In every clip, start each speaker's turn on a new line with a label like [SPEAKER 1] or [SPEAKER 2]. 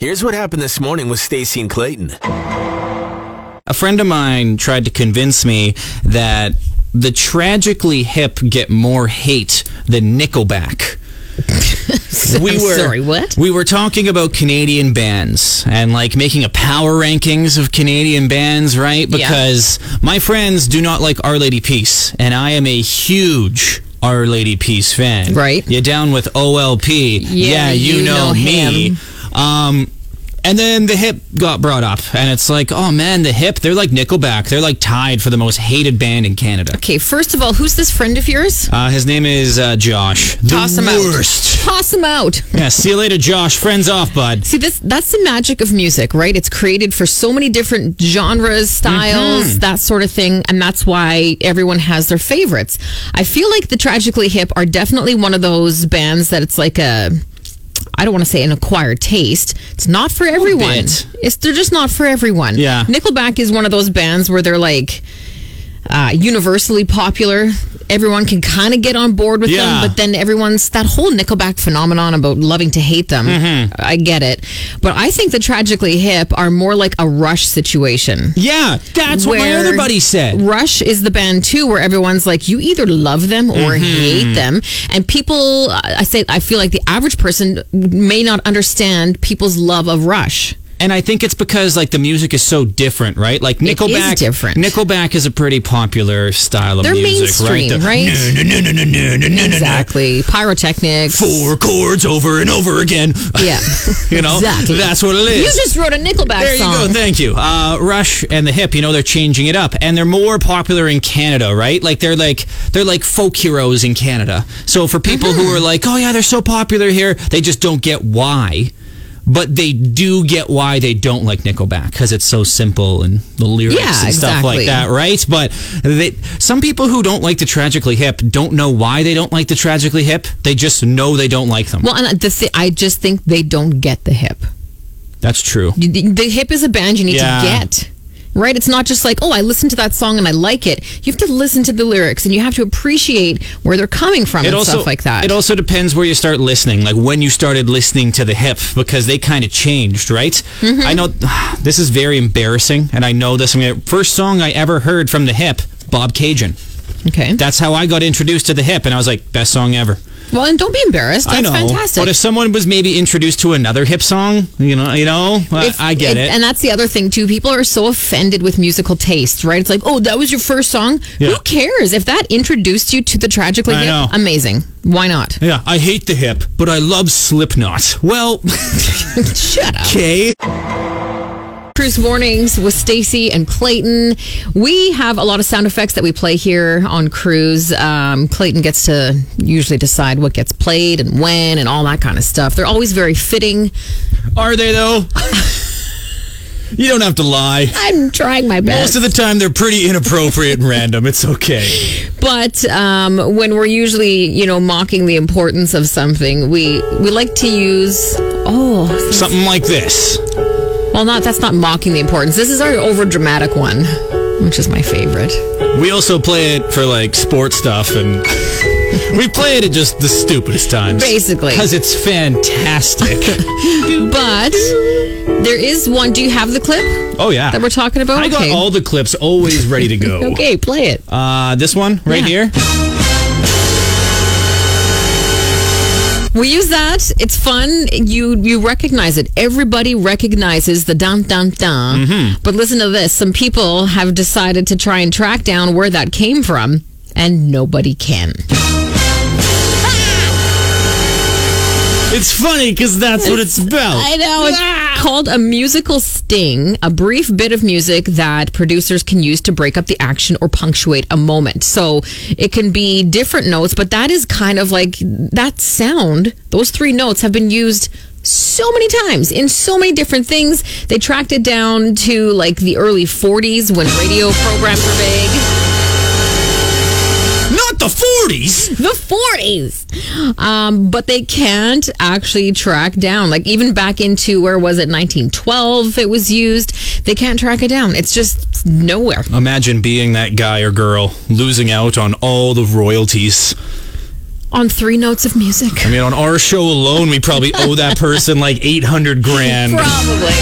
[SPEAKER 1] Here's what happened this morning with Stacy and Clayton.
[SPEAKER 2] A friend of mine tried to convince me that the tragically hip get more hate than Nickelback. we
[SPEAKER 3] I'm
[SPEAKER 2] were
[SPEAKER 3] sorry, what?
[SPEAKER 2] we were talking about Canadian bands and like making a power rankings of Canadian bands, right?
[SPEAKER 3] Yeah.
[SPEAKER 2] Because my friends do not like Our Lady Peace, and I am a huge Our Lady Peace fan.
[SPEAKER 3] Right.
[SPEAKER 2] You're down with OLP. Yeah, you, know, me.
[SPEAKER 3] him.
[SPEAKER 2] Um, and then the hip got brought up, and it's like, oh man, the hip, they're like Nickelback. They're like tied for the most hated band in Canada.
[SPEAKER 3] Okay, first of all, who's this friend of yours?
[SPEAKER 2] Uh, his name is uh, Josh. The
[SPEAKER 3] Toss him out.
[SPEAKER 2] worst.
[SPEAKER 3] Toss him out.
[SPEAKER 2] Yeah, see you later, Josh. Friends off, bud.
[SPEAKER 3] See, this that's the magic of music, right? It's created for so many different genres, styles, that sort of thing, and that's why everyone has their favorites. I feel like the Tragically Hip are definitely one of those bands that it's like a I don't want to say an acquired taste. It's not for everyone.
[SPEAKER 2] bit.
[SPEAKER 3] It's they're just not for everyone.
[SPEAKER 2] Yeah.
[SPEAKER 3] Nickelback is one of those bands where they're like uh, universally popular. Everyone can kind of get on board with
[SPEAKER 2] Yeah.
[SPEAKER 3] them, but then everyone's that whole Nickelback phenomenon about loving to hate them.
[SPEAKER 2] Mm-hmm.
[SPEAKER 3] I get it, but I think the tragically hip are more like a Rush situation.
[SPEAKER 2] Yeah, that's what my
[SPEAKER 3] where
[SPEAKER 2] other buddy said.
[SPEAKER 3] Rush is the band too, where everyone's like, you either love them or
[SPEAKER 2] Mm-hmm.
[SPEAKER 3] hate them, and people. I I say, I feel like the average person may not understand people's love of Rush.
[SPEAKER 2] And I think it's because like the music is so different, right? Like
[SPEAKER 3] is
[SPEAKER 2] Nickelback.
[SPEAKER 3] different.
[SPEAKER 2] Nickelback is a pretty popular style of
[SPEAKER 3] They're
[SPEAKER 2] music, right?
[SPEAKER 3] mainstream, right?
[SPEAKER 2] No, no, no, no, no, no, no,
[SPEAKER 3] Exactly, pyrotechnics.
[SPEAKER 2] Four chords over and over again.
[SPEAKER 3] Yeah,
[SPEAKER 2] you know,
[SPEAKER 3] exactly.
[SPEAKER 2] that's what it is.
[SPEAKER 3] You just wrote a Nickelback
[SPEAKER 2] There
[SPEAKER 3] song.
[SPEAKER 2] you go. Thank you. Uh, Rush and the Hip. You know they're changing it up, and they're more popular in Canada, right? Like they're like they're like folk heroes in Canada. So for people who
[SPEAKER 3] Mm-hmm.
[SPEAKER 2] are like, oh yeah, they're so popular here, they just don't get why. But they do get why they don't like Nickelback because it's so simple and the lyrics
[SPEAKER 3] Yeah,
[SPEAKER 2] and stuff like
[SPEAKER 3] exactly.
[SPEAKER 2] that, right? But they, some people who don't like the Tragically Hip don't know why they don't like the Tragically Hip. They just know they don't like them.
[SPEAKER 3] Well, and the th- I just think they don't get the hip.
[SPEAKER 2] That's true.
[SPEAKER 3] You- The, the hip is a band you need
[SPEAKER 2] Yeah.
[SPEAKER 3] to get. Right? It's not just like, oh, I listened to that song and I like it. You have to listen to the lyrics and you have to appreciate where they're coming from and stuff like that.
[SPEAKER 2] It also depends where you start listening, like when you started listening to the hip, because they kind of changed, right?
[SPEAKER 3] Mm-hmm.
[SPEAKER 2] I know this is very embarrassing, and I know this. I mean, first song I ever heard from the hip, Bob Cajun.
[SPEAKER 3] okay.
[SPEAKER 2] That's how I got introduced to the hip, and I was like, best song ever.
[SPEAKER 3] well, and don't be embarrassed. That's
[SPEAKER 2] I know,
[SPEAKER 3] fantastic.
[SPEAKER 2] but if someone was maybe introduced to another hip song, you know, you know, I-
[SPEAKER 3] If-
[SPEAKER 2] I get
[SPEAKER 3] and-
[SPEAKER 2] it.
[SPEAKER 3] And that's the other thing too. People are so offended with musical tastes, right? It's like, oh, that was your first song.
[SPEAKER 2] Yeah.
[SPEAKER 3] Who cares if that introduced you to the tragically
[SPEAKER 2] I
[SPEAKER 3] hip?
[SPEAKER 2] know.
[SPEAKER 3] Amazing. Why not?
[SPEAKER 2] yeah, I hate the hip, but I love Slipknot. Well,
[SPEAKER 3] Shut up.
[SPEAKER 2] okay.
[SPEAKER 3] Cruise Mornings with Stacy and Clayton. We have a lot of sound effects that we play here on Cruise. Um, Clayton gets to usually decide what gets played and when and all that kind of stuff. They're always very fitting.
[SPEAKER 2] Are they though? you don't have to lie.
[SPEAKER 3] I'm trying my
[SPEAKER 2] Most
[SPEAKER 3] best.
[SPEAKER 2] of the time, they're pretty inappropriate and random. It's okay.
[SPEAKER 3] But um, when we're usually, you know, mocking the importance of something, we we like to use oh,
[SPEAKER 2] Something like this.
[SPEAKER 3] well, not that's not mocking the importance. This is our over dramatic one, which is my favorite.
[SPEAKER 2] We also play it for like sports stuff, and we play it at just the stupidest times.
[SPEAKER 3] Basically.
[SPEAKER 2] Because it's fantastic.
[SPEAKER 3] But there is one. Do you have the clip?
[SPEAKER 2] oh, yeah.
[SPEAKER 3] that we're talking about?
[SPEAKER 2] I got
[SPEAKER 3] Okay.
[SPEAKER 2] all the clips always ready to go.
[SPEAKER 3] Okay, play it.
[SPEAKER 2] Uh, this one right
[SPEAKER 3] Yeah.
[SPEAKER 2] here.
[SPEAKER 3] We use that. It's fun. You you recognize it. Everybody recognizes the dun dun dun.
[SPEAKER 2] Mm-hmm.
[SPEAKER 3] But listen to this. Some people have decided to try and track down where that came from, and nobody can.
[SPEAKER 2] It's funny because that's what it's about.
[SPEAKER 3] I know. It's called a musical sting, a brief bit of music that producers can use to break up the action or punctuate a moment. So it can be different notes, but that is kind of like that sound, those three notes have been used so many times in so many different things. They tracked it down to like the early 40s when radio programs were big.
[SPEAKER 2] Not the 40s.
[SPEAKER 3] the 40s um, but they can't actually track down like even back into where was it 1912 it was used they can't track it down it's just nowhere
[SPEAKER 2] Imagine being that guy or girl losing out on all the royalties.
[SPEAKER 3] on three notes of music.
[SPEAKER 2] I mean, on our show alone, we probably owe that person like 800 grand.
[SPEAKER 3] Probably.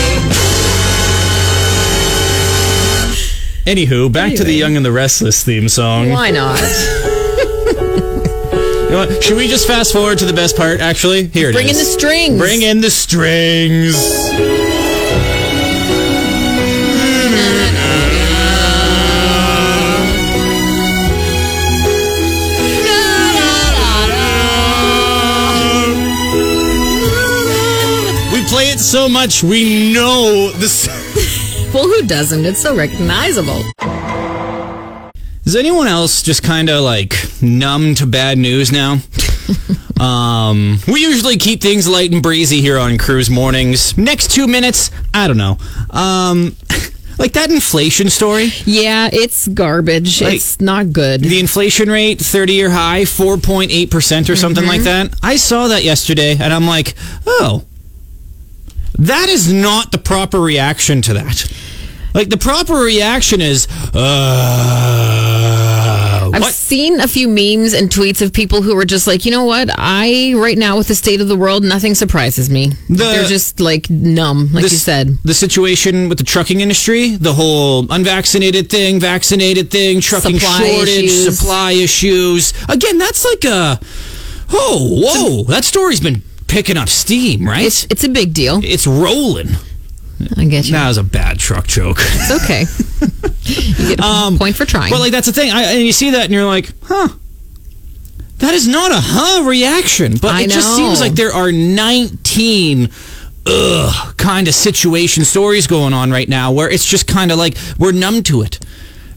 [SPEAKER 2] Anywho, back to the
[SPEAKER 3] Anyway.
[SPEAKER 2] Young and the Restless theme song.
[SPEAKER 3] Why not?
[SPEAKER 2] You know what? Should we just fast forward to the best part, actually? Here it is.
[SPEAKER 3] Bring in the strings.
[SPEAKER 2] Bring in the strings. We play it so much, we know this.
[SPEAKER 3] Well, who doesn't? It's so recognizable.
[SPEAKER 2] Is anyone else just kind of like numb to bad news now? um, we usually keep things light and breezy here on Cruise Mornings. Next two minutes, I don't know. Um, like that inflation story,
[SPEAKER 3] Yeah, it's garbage.
[SPEAKER 2] Like-
[SPEAKER 3] it's not good.
[SPEAKER 2] the inflation rate, 30 year high, 4.8% or something like
[SPEAKER 3] Mm-hmm.
[SPEAKER 2] that. I saw that yesterday and I'm like, oh, that is not the proper reaction to that. Like the proper reaction is, uh,
[SPEAKER 3] I've
[SPEAKER 2] what?
[SPEAKER 3] seen a few memes and tweets of people who were just like, you know what? I right now with the state of the world, nothing surprises me. They're just like numb, like
[SPEAKER 2] This-
[SPEAKER 3] you said.
[SPEAKER 2] The situation with the trucking industry, the whole unvaccinated thing, vaccinated thing, trucking
[SPEAKER 3] Supply
[SPEAKER 2] shortage,
[SPEAKER 3] issues.
[SPEAKER 2] supply issues. Again, that's like a oh, whoa, that story's been picking up steam, right?
[SPEAKER 3] It's
[SPEAKER 2] It's,
[SPEAKER 3] it's a big deal.
[SPEAKER 2] rolling.
[SPEAKER 3] I get you.
[SPEAKER 2] That was a bad truck joke.
[SPEAKER 3] It's okay. you get a point for trying.
[SPEAKER 2] Um, Well, like that's the thing, I, and you see that, and you're like, huh. That is not a huh reaction, but
[SPEAKER 3] I
[SPEAKER 2] it just
[SPEAKER 3] know.
[SPEAKER 2] seems like there are 19 ugh kind of situation stories going on right now where it's just kind of like we're numb to it.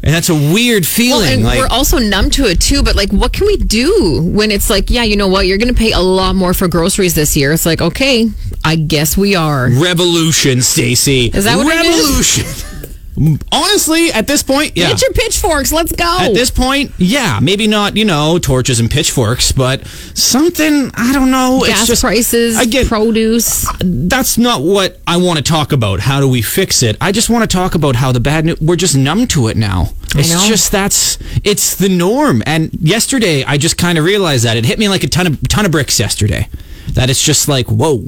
[SPEAKER 2] And that's a weird
[SPEAKER 3] Well,
[SPEAKER 2] feeling.
[SPEAKER 3] and
[SPEAKER 2] like,
[SPEAKER 3] we're also numb to it too, but like, what can we do when it's like, yeah, you know what? You're going to pay a lot more for groceries this year. It's like, okay, I guess we are.
[SPEAKER 2] revolution, Stacy.
[SPEAKER 3] Is that what it
[SPEAKER 2] revolution? Honestly, at this point, yeah.
[SPEAKER 3] Get your pitchforks. Let's go.
[SPEAKER 2] At this point, yeah, maybe not, you know, torches and pitchforks, but something, I don't know.
[SPEAKER 3] Gas
[SPEAKER 2] it's just,
[SPEAKER 3] prices,
[SPEAKER 2] again,
[SPEAKER 3] produce.
[SPEAKER 2] that's not what I want to talk about. How do we fix it? I just want to talk about how the bad news. We're just numb to it now. It's
[SPEAKER 3] know.
[SPEAKER 2] just that's it's the norm. And yesterday, I just kind of realized that it hit me like a ton of ton of bricks yesterday. That it's just like whoa,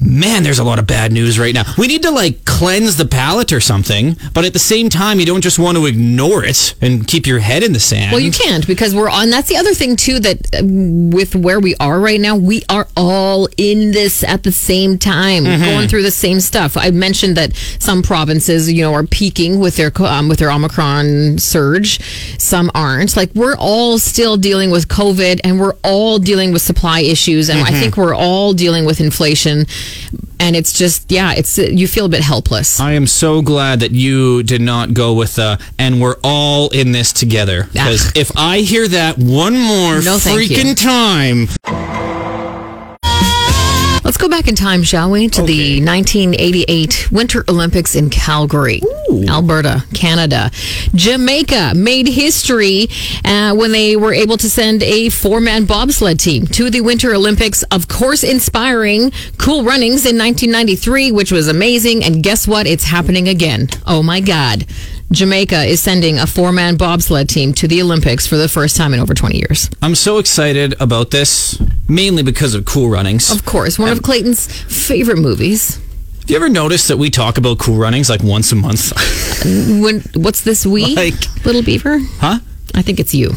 [SPEAKER 2] man. There's a lot of bad news right now. We need to like cleanse the palate or something. But at the same time, you don't just want to ignore it and keep your head in the sand.
[SPEAKER 3] Well, you can't because we're on. That's the other thing too. That um, with where we are right now, we are all in this at the same time, going through the same stuff. I mentioned that some provinces, you know, are peaking with their co- um, with their Omicron surge. Some aren't. Like we're all still dealing with COVID, and we're all dealing with supply issues, and I think we're all dealing with inflation. And it's just, yeah, it's you feel a bit helpless.
[SPEAKER 2] I am so glad that you did not go with uh, and we're all in this together. Because
[SPEAKER 3] Ah.
[SPEAKER 2] if I hear that one more
[SPEAKER 3] No, thank you.
[SPEAKER 2] freaking time,
[SPEAKER 3] Let's go back in time, shall we, to
[SPEAKER 2] Okay.
[SPEAKER 3] the 1988 Winter Olympics in Calgary, Alberta, Canada. Jamaica made history uh, when they were able to send a four man bobsled team to the Winter Olympics, of course, inspiring cool runnings in 1993, which was amazing. And guess what? It's happening again. Oh my God. Jamaica is sending a four man bobsled team to the Olympics for the first time in over 20 years.
[SPEAKER 2] I'm so excited about this, mainly because of Cool Runnings.
[SPEAKER 3] Of course, one of Clayton's favorite movies.
[SPEAKER 2] Have you ever noticed that we talk about Cool Runnings like once a month?
[SPEAKER 3] when what's this we
[SPEAKER 2] Like-
[SPEAKER 3] little beaver
[SPEAKER 2] huh?
[SPEAKER 3] i think it's you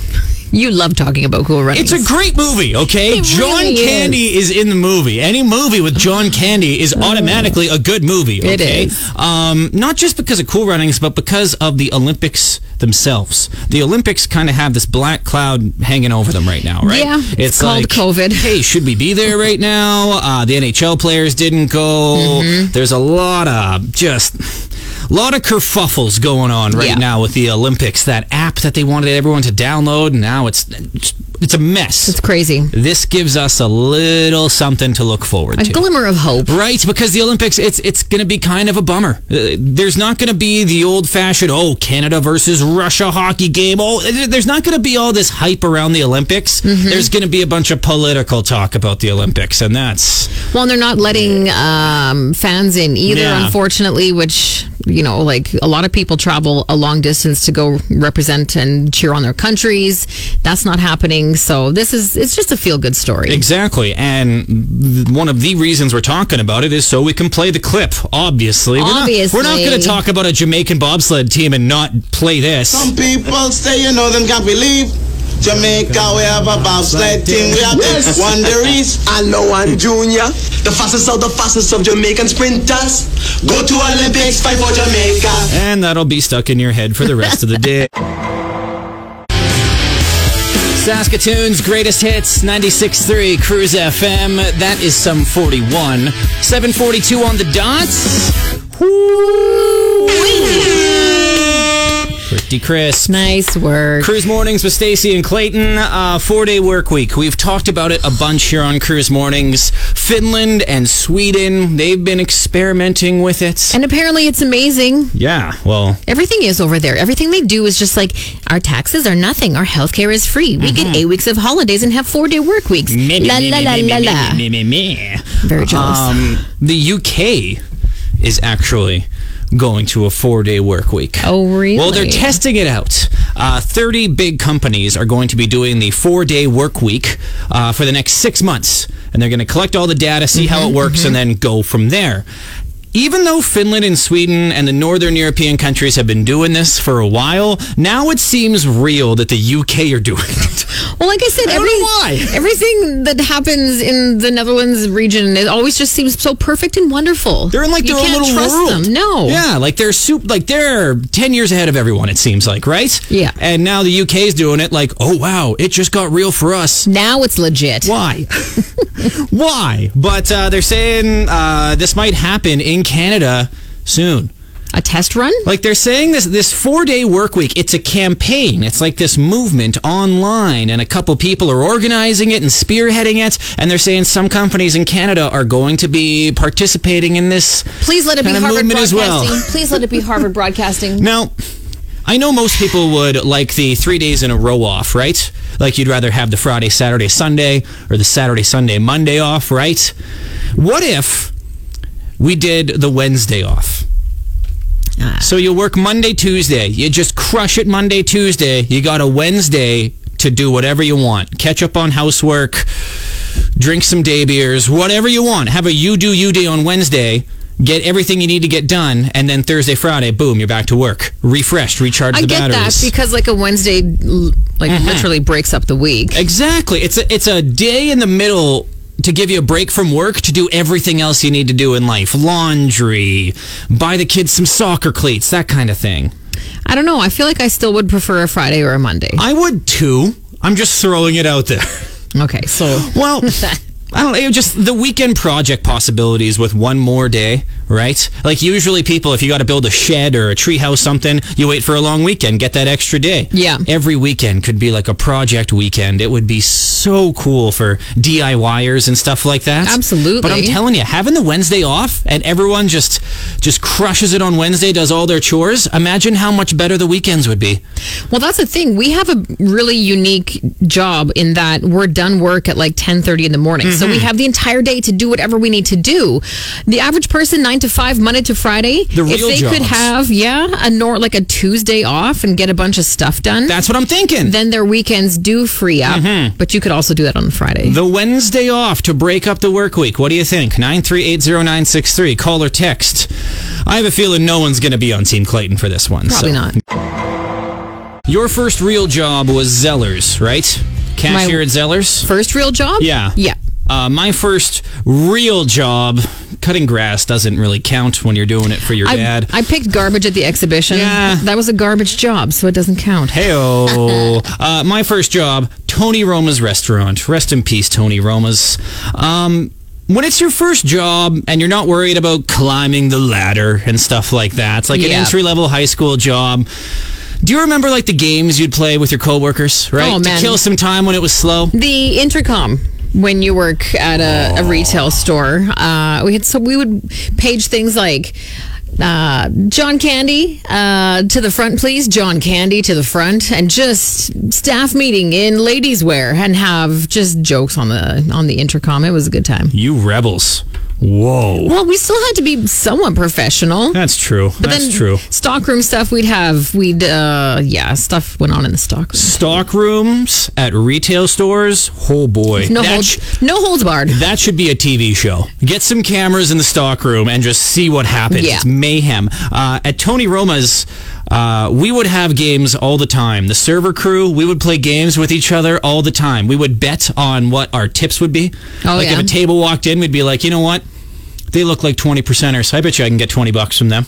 [SPEAKER 3] you love talking about cool runnings
[SPEAKER 2] It's a great movie, okay?
[SPEAKER 3] It
[SPEAKER 2] John
[SPEAKER 3] really is.
[SPEAKER 2] Candy is. in the movie. Any movie with John Candy is automatically a good movie, okay?
[SPEAKER 3] Mm-hmm. It is.
[SPEAKER 2] Um, not just because of Cool Runnings, but because of the Olympics themselves. The Olympics kind of have this black cloud hanging over them right now, right?
[SPEAKER 3] Yeah, it's called COVID.
[SPEAKER 2] Hey, should we be there right now? Uh, the NHL players didn't go.
[SPEAKER 3] Mm-hmm.
[SPEAKER 2] There's a lot of just. A lot of kerfuffles going on right
[SPEAKER 3] Yeah.
[SPEAKER 2] now uh, with the Olympics. That app that they wanted everyone to download, now it's it's a mess.
[SPEAKER 3] it's crazy
[SPEAKER 2] this gives us a little something to look forward
[SPEAKER 3] a
[SPEAKER 2] to.
[SPEAKER 3] glimmer of hope
[SPEAKER 2] Right, because the Olympics, it's it's going to be kind of a bummer. Uh, There's not going to be the old fashioned oh Canada versus Russia hockey game. Oh, th- there's not going to be all this hype around the Olympics.
[SPEAKER 3] Mm-hmm.
[SPEAKER 2] There's going to be a bunch of political talk about the Olympics, and that's
[SPEAKER 3] well and they're not letting um, fans in either
[SPEAKER 2] Yeah.
[SPEAKER 3] unfortunately which you know, like a lot of people travel a long distance to go represent and cheer on their countries. That's not happening. So this is, it's just a feel good story.
[SPEAKER 2] Exactly. And th- one of the reasons we're talking about it is so we can play the clip, obviously. We're not, we're not going
[SPEAKER 3] Obviously.
[SPEAKER 2] to talk about a Jamaican bobsled team and not play this.
[SPEAKER 4] Some people say you know them can't believe. Jamaica, we have a bobsled team. We have the Wanderers.
[SPEAKER 5] I know I'm junior, the fastest of the fastest of Jamaican sprinters. Go to Olympics, fight for Jamaica.
[SPEAKER 2] And that'll be stuck in your head for the rest of the day. Saskatoon's greatest hits, 96.3 Cruise FM. That is some 41. 742 on the dots. Pretty crisp.
[SPEAKER 3] Nice work.
[SPEAKER 2] Cruise Mornings with Stacy and Clayton. Uh, Four day work week. We've talked about it a bunch here on Cruise Mornings. Finland and Sweden, they've been experimenting with it.
[SPEAKER 3] And apparently it's amazing.
[SPEAKER 2] yeah, well,
[SPEAKER 3] Everything is over there. Everything they do is just like our taxes are nothing. Our healthcare is free. We
[SPEAKER 2] Mm-hmm.
[SPEAKER 3] get eight weeks of holidays and have four day work weeks.
[SPEAKER 2] Me, me,
[SPEAKER 3] La
[SPEAKER 2] me,
[SPEAKER 3] la
[SPEAKER 2] me,
[SPEAKER 3] la
[SPEAKER 2] me,
[SPEAKER 3] la
[SPEAKER 2] me,
[SPEAKER 3] la.
[SPEAKER 2] me, me, me, me.
[SPEAKER 3] Very jealous.
[SPEAKER 2] Um, the UK is actually going to a four day work week.
[SPEAKER 3] Oh,
[SPEAKER 2] Well, they're
[SPEAKER 3] really?
[SPEAKER 2] testing it out. Uh, 30 big companies are going to be doing the four day work week uh, for the next six months. And they're going to collect all the data, see
[SPEAKER 3] Mm-hmm,
[SPEAKER 2] how it works, and then go from there. Even though Finland and Sweden and the northern European countries have been doing this for a while, now it seems real that the UK are doing it.
[SPEAKER 3] Well, like I said,
[SPEAKER 2] I don't
[SPEAKER 3] every,
[SPEAKER 2] know why.
[SPEAKER 3] everything that happens in the Netherlands region, it always just seems so perfect and wonderful.
[SPEAKER 2] They're in like
[SPEAKER 3] you
[SPEAKER 2] their
[SPEAKER 3] can't
[SPEAKER 2] own little
[SPEAKER 3] trust
[SPEAKER 2] world.
[SPEAKER 3] Them. No.
[SPEAKER 2] Yeah, like they're soup. Like they're ten years ahead of everyone. It seems like, right?
[SPEAKER 3] Yeah.
[SPEAKER 2] And now the UK's doing it. Like, oh wow, it just got real for us.
[SPEAKER 3] Now it's legit.
[SPEAKER 2] Why? Why? But uh, they're saying uh, this might happen in Canada soon.
[SPEAKER 3] A test run?
[SPEAKER 2] Like they're saying this this four day work week. It's a campaign. It's like this movement online, and a couple people are organizing it and spearheading it. And they're saying some companies in Canada are going to be participating in this.
[SPEAKER 3] Please let it be
[SPEAKER 2] Kinda
[SPEAKER 3] Harvard
[SPEAKER 2] movement as
[SPEAKER 3] Broadcasting.
[SPEAKER 2] well.
[SPEAKER 3] Please let it be Harvard Broadcasting.
[SPEAKER 2] Now, I know most people would like the three days in a row off, right? Like you'd rather have the Friday, Saturday, Sunday, or the Saturday, Sunday, Monday off, right? What if we did the Wednesday off?
[SPEAKER 3] Ah.
[SPEAKER 2] So you work Monday, Tuesday. You just crush it Monday, Tuesday. You got a Wednesday to do whatever you want. Catch up on housework, drink some day beers, whatever you want. Have a you do you day on Wednesday. Get everything you need to get done, and then Thursday, Friday, boom, you're back to work, refreshed, recharged
[SPEAKER 3] I
[SPEAKER 2] the
[SPEAKER 3] get that
[SPEAKER 2] batteries.
[SPEAKER 3] because like a Wednesday l- like
[SPEAKER 2] Mm-hmm.
[SPEAKER 3] literally breaks up the week.
[SPEAKER 2] exactly. It's a it's a day in the middle to give you a break from work to do everything else you need to do in life, laundry, buy the kids some soccer cleats, that kind of thing.
[SPEAKER 3] I don't know. I feel like I still would prefer a Friday or a Monday.
[SPEAKER 2] I would too. I'm just throwing it out there.
[SPEAKER 3] Okay, so
[SPEAKER 2] Well, I don't know. Just the weekend project possibilities with one more day, right? Like usually, people, if you got to build a shed or a treehouse, something, you wait for a long weekend, get that extra day.
[SPEAKER 3] Yeah.
[SPEAKER 2] Every weekend could be like a project weekend. It would be so cool for DIYers and stuff like that.
[SPEAKER 3] Absolutely.
[SPEAKER 2] But I'm telling you, having the Wednesday off and everyone just just crushes it on Wednesday, does all their chores. Imagine how much better the weekends would be.
[SPEAKER 3] Well, that's the thing. We have a really unique job in that we're done work at like 10:30 in the morning. So
[SPEAKER 2] Mm-hmm.
[SPEAKER 3] we have the entire day to do whatever we need to do. The average person 9 to 5 Monday to Friday,
[SPEAKER 2] The
[SPEAKER 3] if
[SPEAKER 2] real
[SPEAKER 3] they could
[SPEAKER 2] jobs.
[SPEAKER 3] have yeah, a nor- like a Tuesday off and get a bunch of stuff done,
[SPEAKER 2] That's what I'm thinking.
[SPEAKER 3] then their weekends do free up. But you could also do that on Friday.
[SPEAKER 2] Mm-hmm. The Wednesday off to break up the work week. What do you think? 9380963. Call or text. I have a feeling no one's going to be on Team Clayton for this one.
[SPEAKER 3] Probably
[SPEAKER 2] so.
[SPEAKER 3] not.
[SPEAKER 2] Your first real job was Zellers, right? Cashier
[SPEAKER 3] My-
[SPEAKER 2] at Zellers?
[SPEAKER 3] First real job?
[SPEAKER 2] Yeah.
[SPEAKER 3] Yeah.
[SPEAKER 2] Uh, my first real job, cutting grass doesn't really count when you're doing it for your
[SPEAKER 3] I,
[SPEAKER 2] dad.
[SPEAKER 3] I picked garbage at the exhibition.
[SPEAKER 2] Yeah.
[SPEAKER 3] That was a garbage job, so it doesn't count.
[SPEAKER 2] Heyo. uh, my first job, Tony Roma's restaurant. Rest in peace, Tony Roma's. Um, when it's your first job and you're not worried about climbing the ladder and stuff like that, it's like an
[SPEAKER 3] Yeah.
[SPEAKER 2] entry level high school job. Do you remember like the games you'd play with your coworkers, right?
[SPEAKER 3] Oh, man.
[SPEAKER 2] To kill some time when it was slow.
[SPEAKER 3] the intercom when you work at a, a retail store uh, we had so we would page things like uh, John Candy uh, to the front, please. John Candy to the front, and just staff meeting in ladies' wear, and have just jokes on the on the intercom. It was a good time.
[SPEAKER 2] You rebels. Whoa.
[SPEAKER 3] Well, we still had to be somewhat professional.
[SPEAKER 2] That's true.
[SPEAKER 3] But
[SPEAKER 2] That's
[SPEAKER 3] then
[SPEAKER 2] true.
[SPEAKER 3] stockroom stuff we'd have we'd uh yeah, stuff went on in the stockroom.
[SPEAKER 2] Stock rooms at retail stores. Oh boy.
[SPEAKER 3] No
[SPEAKER 2] That sh-
[SPEAKER 3] holds no holds barred.
[SPEAKER 2] That should be a TV show. Get some cameras in the stockroom and just see what happens.
[SPEAKER 3] Yeah.
[SPEAKER 2] It's mayhem. Uh, at Tony Roma's, uh, we would have games all the time. The server crew, we would play games with each other all the time. We would bet on what our tips would be.
[SPEAKER 3] Oh,
[SPEAKER 2] like if
[SPEAKER 3] yeah.
[SPEAKER 2] a table walked in, we'd be like, you know what? They look like 20 percenters. I bet you I can get 20 bucks from them.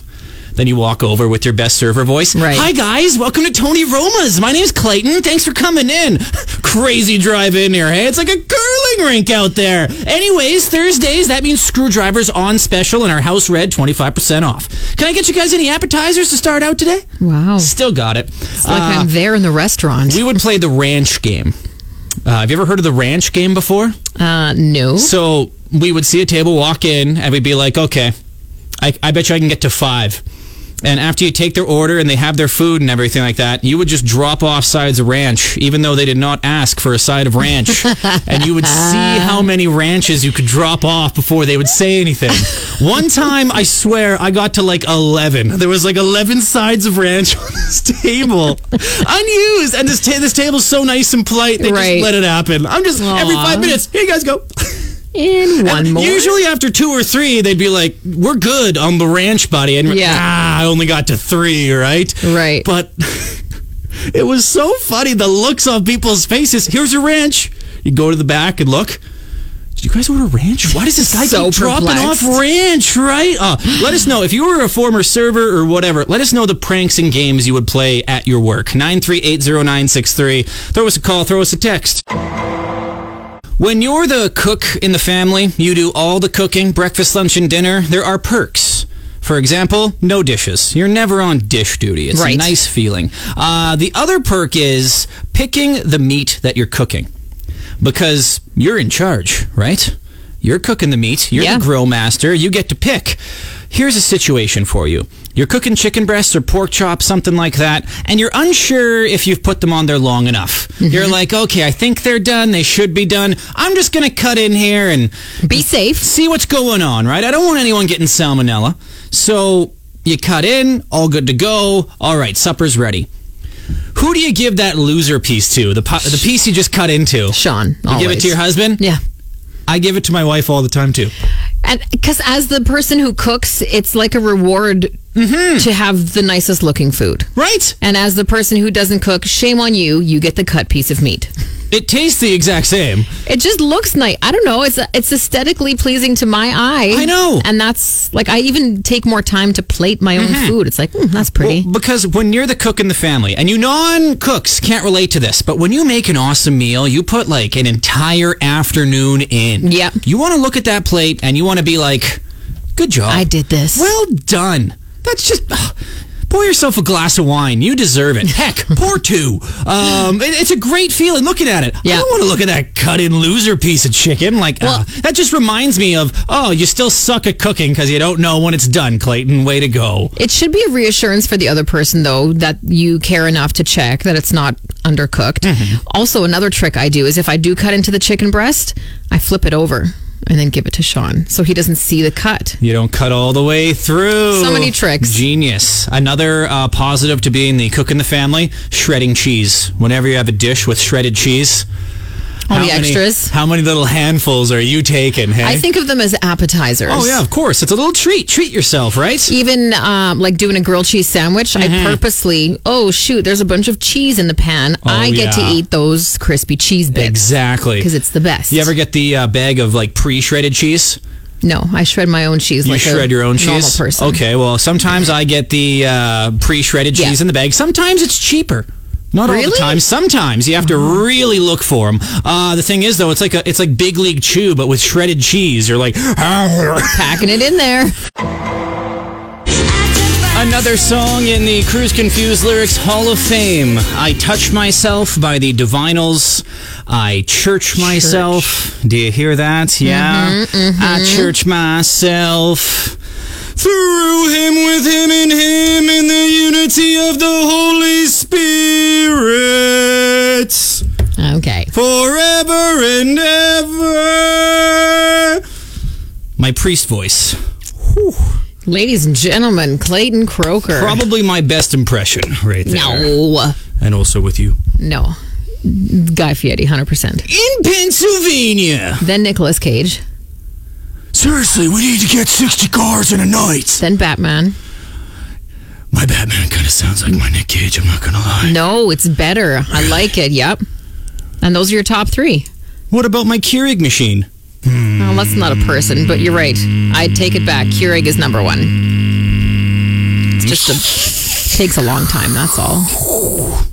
[SPEAKER 2] Then you walk over with your best server voice.
[SPEAKER 3] Right.
[SPEAKER 2] Hi guys, welcome to Tony Roma's. My name's Clayton. Thanks for coming in. Crazy drive in here, hey? It's like a curling rink out there. Anyways, Thursdays, that means screwdrivers on special and our house red 25% off. Can I get you guys any appetizers to start out today?
[SPEAKER 3] Wow. It's
[SPEAKER 2] Still got it. Uh,
[SPEAKER 3] like I'm there in the restaurant.
[SPEAKER 2] we would play the ranch game. Uh, have you ever heard of the ranch game before?
[SPEAKER 3] uh no.
[SPEAKER 2] So we would see a table walk in, and we'd be like, okay, I, I bet you I can get to five. And after you take their order and they have their food and everything like that, you would just drop off sides of ranch, even though they did not ask for a side of ranch. and you would see how many ranches you could drop off before they would say anything. One time, I swear, I got to like 11. There was like 11 sides of ranch on this table, unused. And this, ta- this table's so nice and polite, they
[SPEAKER 3] Right.
[SPEAKER 2] just let it happen. I'm just, every
[SPEAKER 3] Aw.
[SPEAKER 2] five minutes, here you guys go.
[SPEAKER 3] In one more.
[SPEAKER 2] Usually after two or three, they'd be like, "We're good on the ranch, buddy," and
[SPEAKER 3] Yeah.
[SPEAKER 2] ah, I only got to three, right?
[SPEAKER 3] Right.
[SPEAKER 2] But it was so funny the looks on people's faces. Here's a ranch. You go to the back and look. Did you guys order ranch? Why does this guy
[SPEAKER 3] So
[SPEAKER 2] keep dropping
[SPEAKER 3] perplexed.
[SPEAKER 2] off ranch? Right? Uh, let us know if you were a former server or whatever. Let us know the pranks and games you would play at your work. Nine three eight zero nine six three. Throw us a call. Throw us a text. When you're the cook in the family, you do all the cooking, breakfast, lunch, and dinner. There are perks. For example, no dishes. You're never on dish duty. It's a
[SPEAKER 3] Right.
[SPEAKER 2] nice feeling. Uh, the other perk is picking the meat that you're cooking because you're in charge, right? You're cooking the meat, you're
[SPEAKER 3] Yeah.
[SPEAKER 2] the grill master, you get to pick. Here's a situation for you. You're cooking chicken breasts or pork chops, something like that, and you're unsure if you've put them on there long enough. You're like, okay, I think they're done, they should be done. I'm just gonna cut in here and
[SPEAKER 3] Be safe.
[SPEAKER 2] see what's going on, right? I don't want anyone getting salmonella. So you cut in, all good to go. All right, supper's ready. Who do you give that loser piece to? The, po- the piece you just cut into?
[SPEAKER 3] Sean.
[SPEAKER 2] You give it to your husband?
[SPEAKER 3] Yeah.
[SPEAKER 2] I give it to my wife all the time too.
[SPEAKER 3] And because as the person who cooks, it's like a reward
[SPEAKER 2] Mm-hmm.
[SPEAKER 3] to have the nicest looking food.
[SPEAKER 2] Right?
[SPEAKER 3] And as the person who doesn't cook, shame on you, you get the cut piece of meat.
[SPEAKER 2] It tastes the exact same.
[SPEAKER 3] It just looks nice. I don't know. It's it's aesthetically pleasing to my eye.
[SPEAKER 2] I know.
[SPEAKER 3] And that's like I even take more time to plate my own
[SPEAKER 2] Mm-hmm.
[SPEAKER 3] food. It's like, mm, that's pretty.
[SPEAKER 2] Well, because when you're the cook in the family, and you non cooks can't relate to this, but when you make an awesome meal, you put like an entire afternoon in.
[SPEAKER 3] Yep.
[SPEAKER 2] You want to look at that plate and you want to be like, good job.
[SPEAKER 3] I did this.
[SPEAKER 2] Well done. That's just. ugh. Pour yourself a glass of wine. You deserve it. Heck, pour two. Um, it- it's a great feeling looking at it. I
[SPEAKER 3] Yeah.
[SPEAKER 2] don't want to look at that cut-in loser piece of chicken. Like ah, that just reminds me of oh, you still suck at cooking because you don't know when it's done. Clayton, way to go.
[SPEAKER 3] it should be a reassurance for the other person though that you care enough to check that it's not undercooked.
[SPEAKER 2] Mm-hmm.
[SPEAKER 3] Also, another trick I do is if I do cut into the chicken breast, I flip it over and then give it to Sean so he doesn't see the cut.
[SPEAKER 2] You don't cut all the way through.
[SPEAKER 3] So many tricks.
[SPEAKER 2] Genius. Another uh, positive to being the cook in the family: shredding cheese. Whenever you have a dish with shredded cheese,
[SPEAKER 3] All
[SPEAKER 2] how
[SPEAKER 3] the
[SPEAKER 2] many-
[SPEAKER 3] extras.
[SPEAKER 2] how many little handfuls are you taking? Hey?
[SPEAKER 3] I think of them as appetizers.
[SPEAKER 2] Oh yeah, of course. It's a little treat. Treat yourself, right?
[SPEAKER 3] Even um, like doing a grilled cheese sandwich,
[SPEAKER 2] Mm-hmm.
[SPEAKER 3] I purposely, oh shoot, there's a bunch of cheese in the pan. I get to
[SPEAKER 2] Oh, yeah.
[SPEAKER 3] eat those crispy cheese bits
[SPEAKER 2] Exactly.
[SPEAKER 3] because it's the best.
[SPEAKER 2] You ever get the uh, bag of like pre-shredded cheese?
[SPEAKER 3] no, I shred my own cheese.
[SPEAKER 2] You
[SPEAKER 3] like
[SPEAKER 2] shred
[SPEAKER 3] a
[SPEAKER 2] your own
[SPEAKER 3] normal
[SPEAKER 2] cheese.
[SPEAKER 3] Person.
[SPEAKER 2] Okay. Well, sometimes I get the uh, pre-shredded
[SPEAKER 3] Yeah.
[SPEAKER 2] cheese in the bag. Sometimes it's cheaper. Not all the
[SPEAKER 3] Really? Mm-hmm.
[SPEAKER 2] time. Sometimes you have to really look for them. Uh, the thing is, though, it's like a, it's like big league chew, but with shredded cheese. You're like,
[SPEAKER 3] Packing it in there.
[SPEAKER 2] Another song in the Cruise Confused Lyrics Hall of Fame. I Touch Myself by the Divinals. I Church Myself. Do you hear that? Yeah. I Church Myself. Through Him, with Him, in Him, in the unity of the Holy Spirit.
[SPEAKER 3] Okay.
[SPEAKER 2] Forever and ever. My my priest voice.
[SPEAKER 3] Ladies and gentlemen, Clayton Croker.
[SPEAKER 2] Probably my best impression right there.
[SPEAKER 3] no,
[SPEAKER 2] And also with you.
[SPEAKER 3] no. Guy Fieri, 100%.
[SPEAKER 2] In Pennsylvania.
[SPEAKER 3] Then Nicolas Cage.
[SPEAKER 2] Seriously, we need to get 60 cars in a night.
[SPEAKER 3] Then Batman.
[SPEAKER 2] My Batman kind of sounds like my Nick Cage, I'm not going to lie.
[SPEAKER 3] No, it's better. I like it. Yep. And those are your top three.
[SPEAKER 2] What about my Keurig machine?
[SPEAKER 3] Well, that's not a person, but you're right. I take it back. Keurig is number one. It's just a takes a long time. That's all.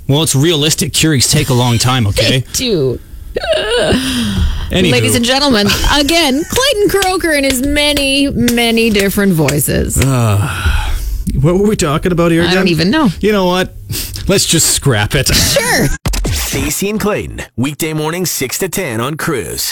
[SPEAKER 2] Well, it's realistic. Keurigs take a long time, okay?
[SPEAKER 3] Dude,
[SPEAKER 2] Anywho,
[SPEAKER 3] ladies and gentlemen, again, Clayton Croker in his many, many different voices.
[SPEAKER 2] what were we talking about here
[SPEAKER 3] I
[SPEAKER 2] again?
[SPEAKER 3] don't even know.
[SPEAKER 2] You know what? Let's just scrap it.
[SPEAKER 3] Sure.
[SPEAKER 1] Stacy and Clayton, weekday mornings 6 to 10 on Cruise.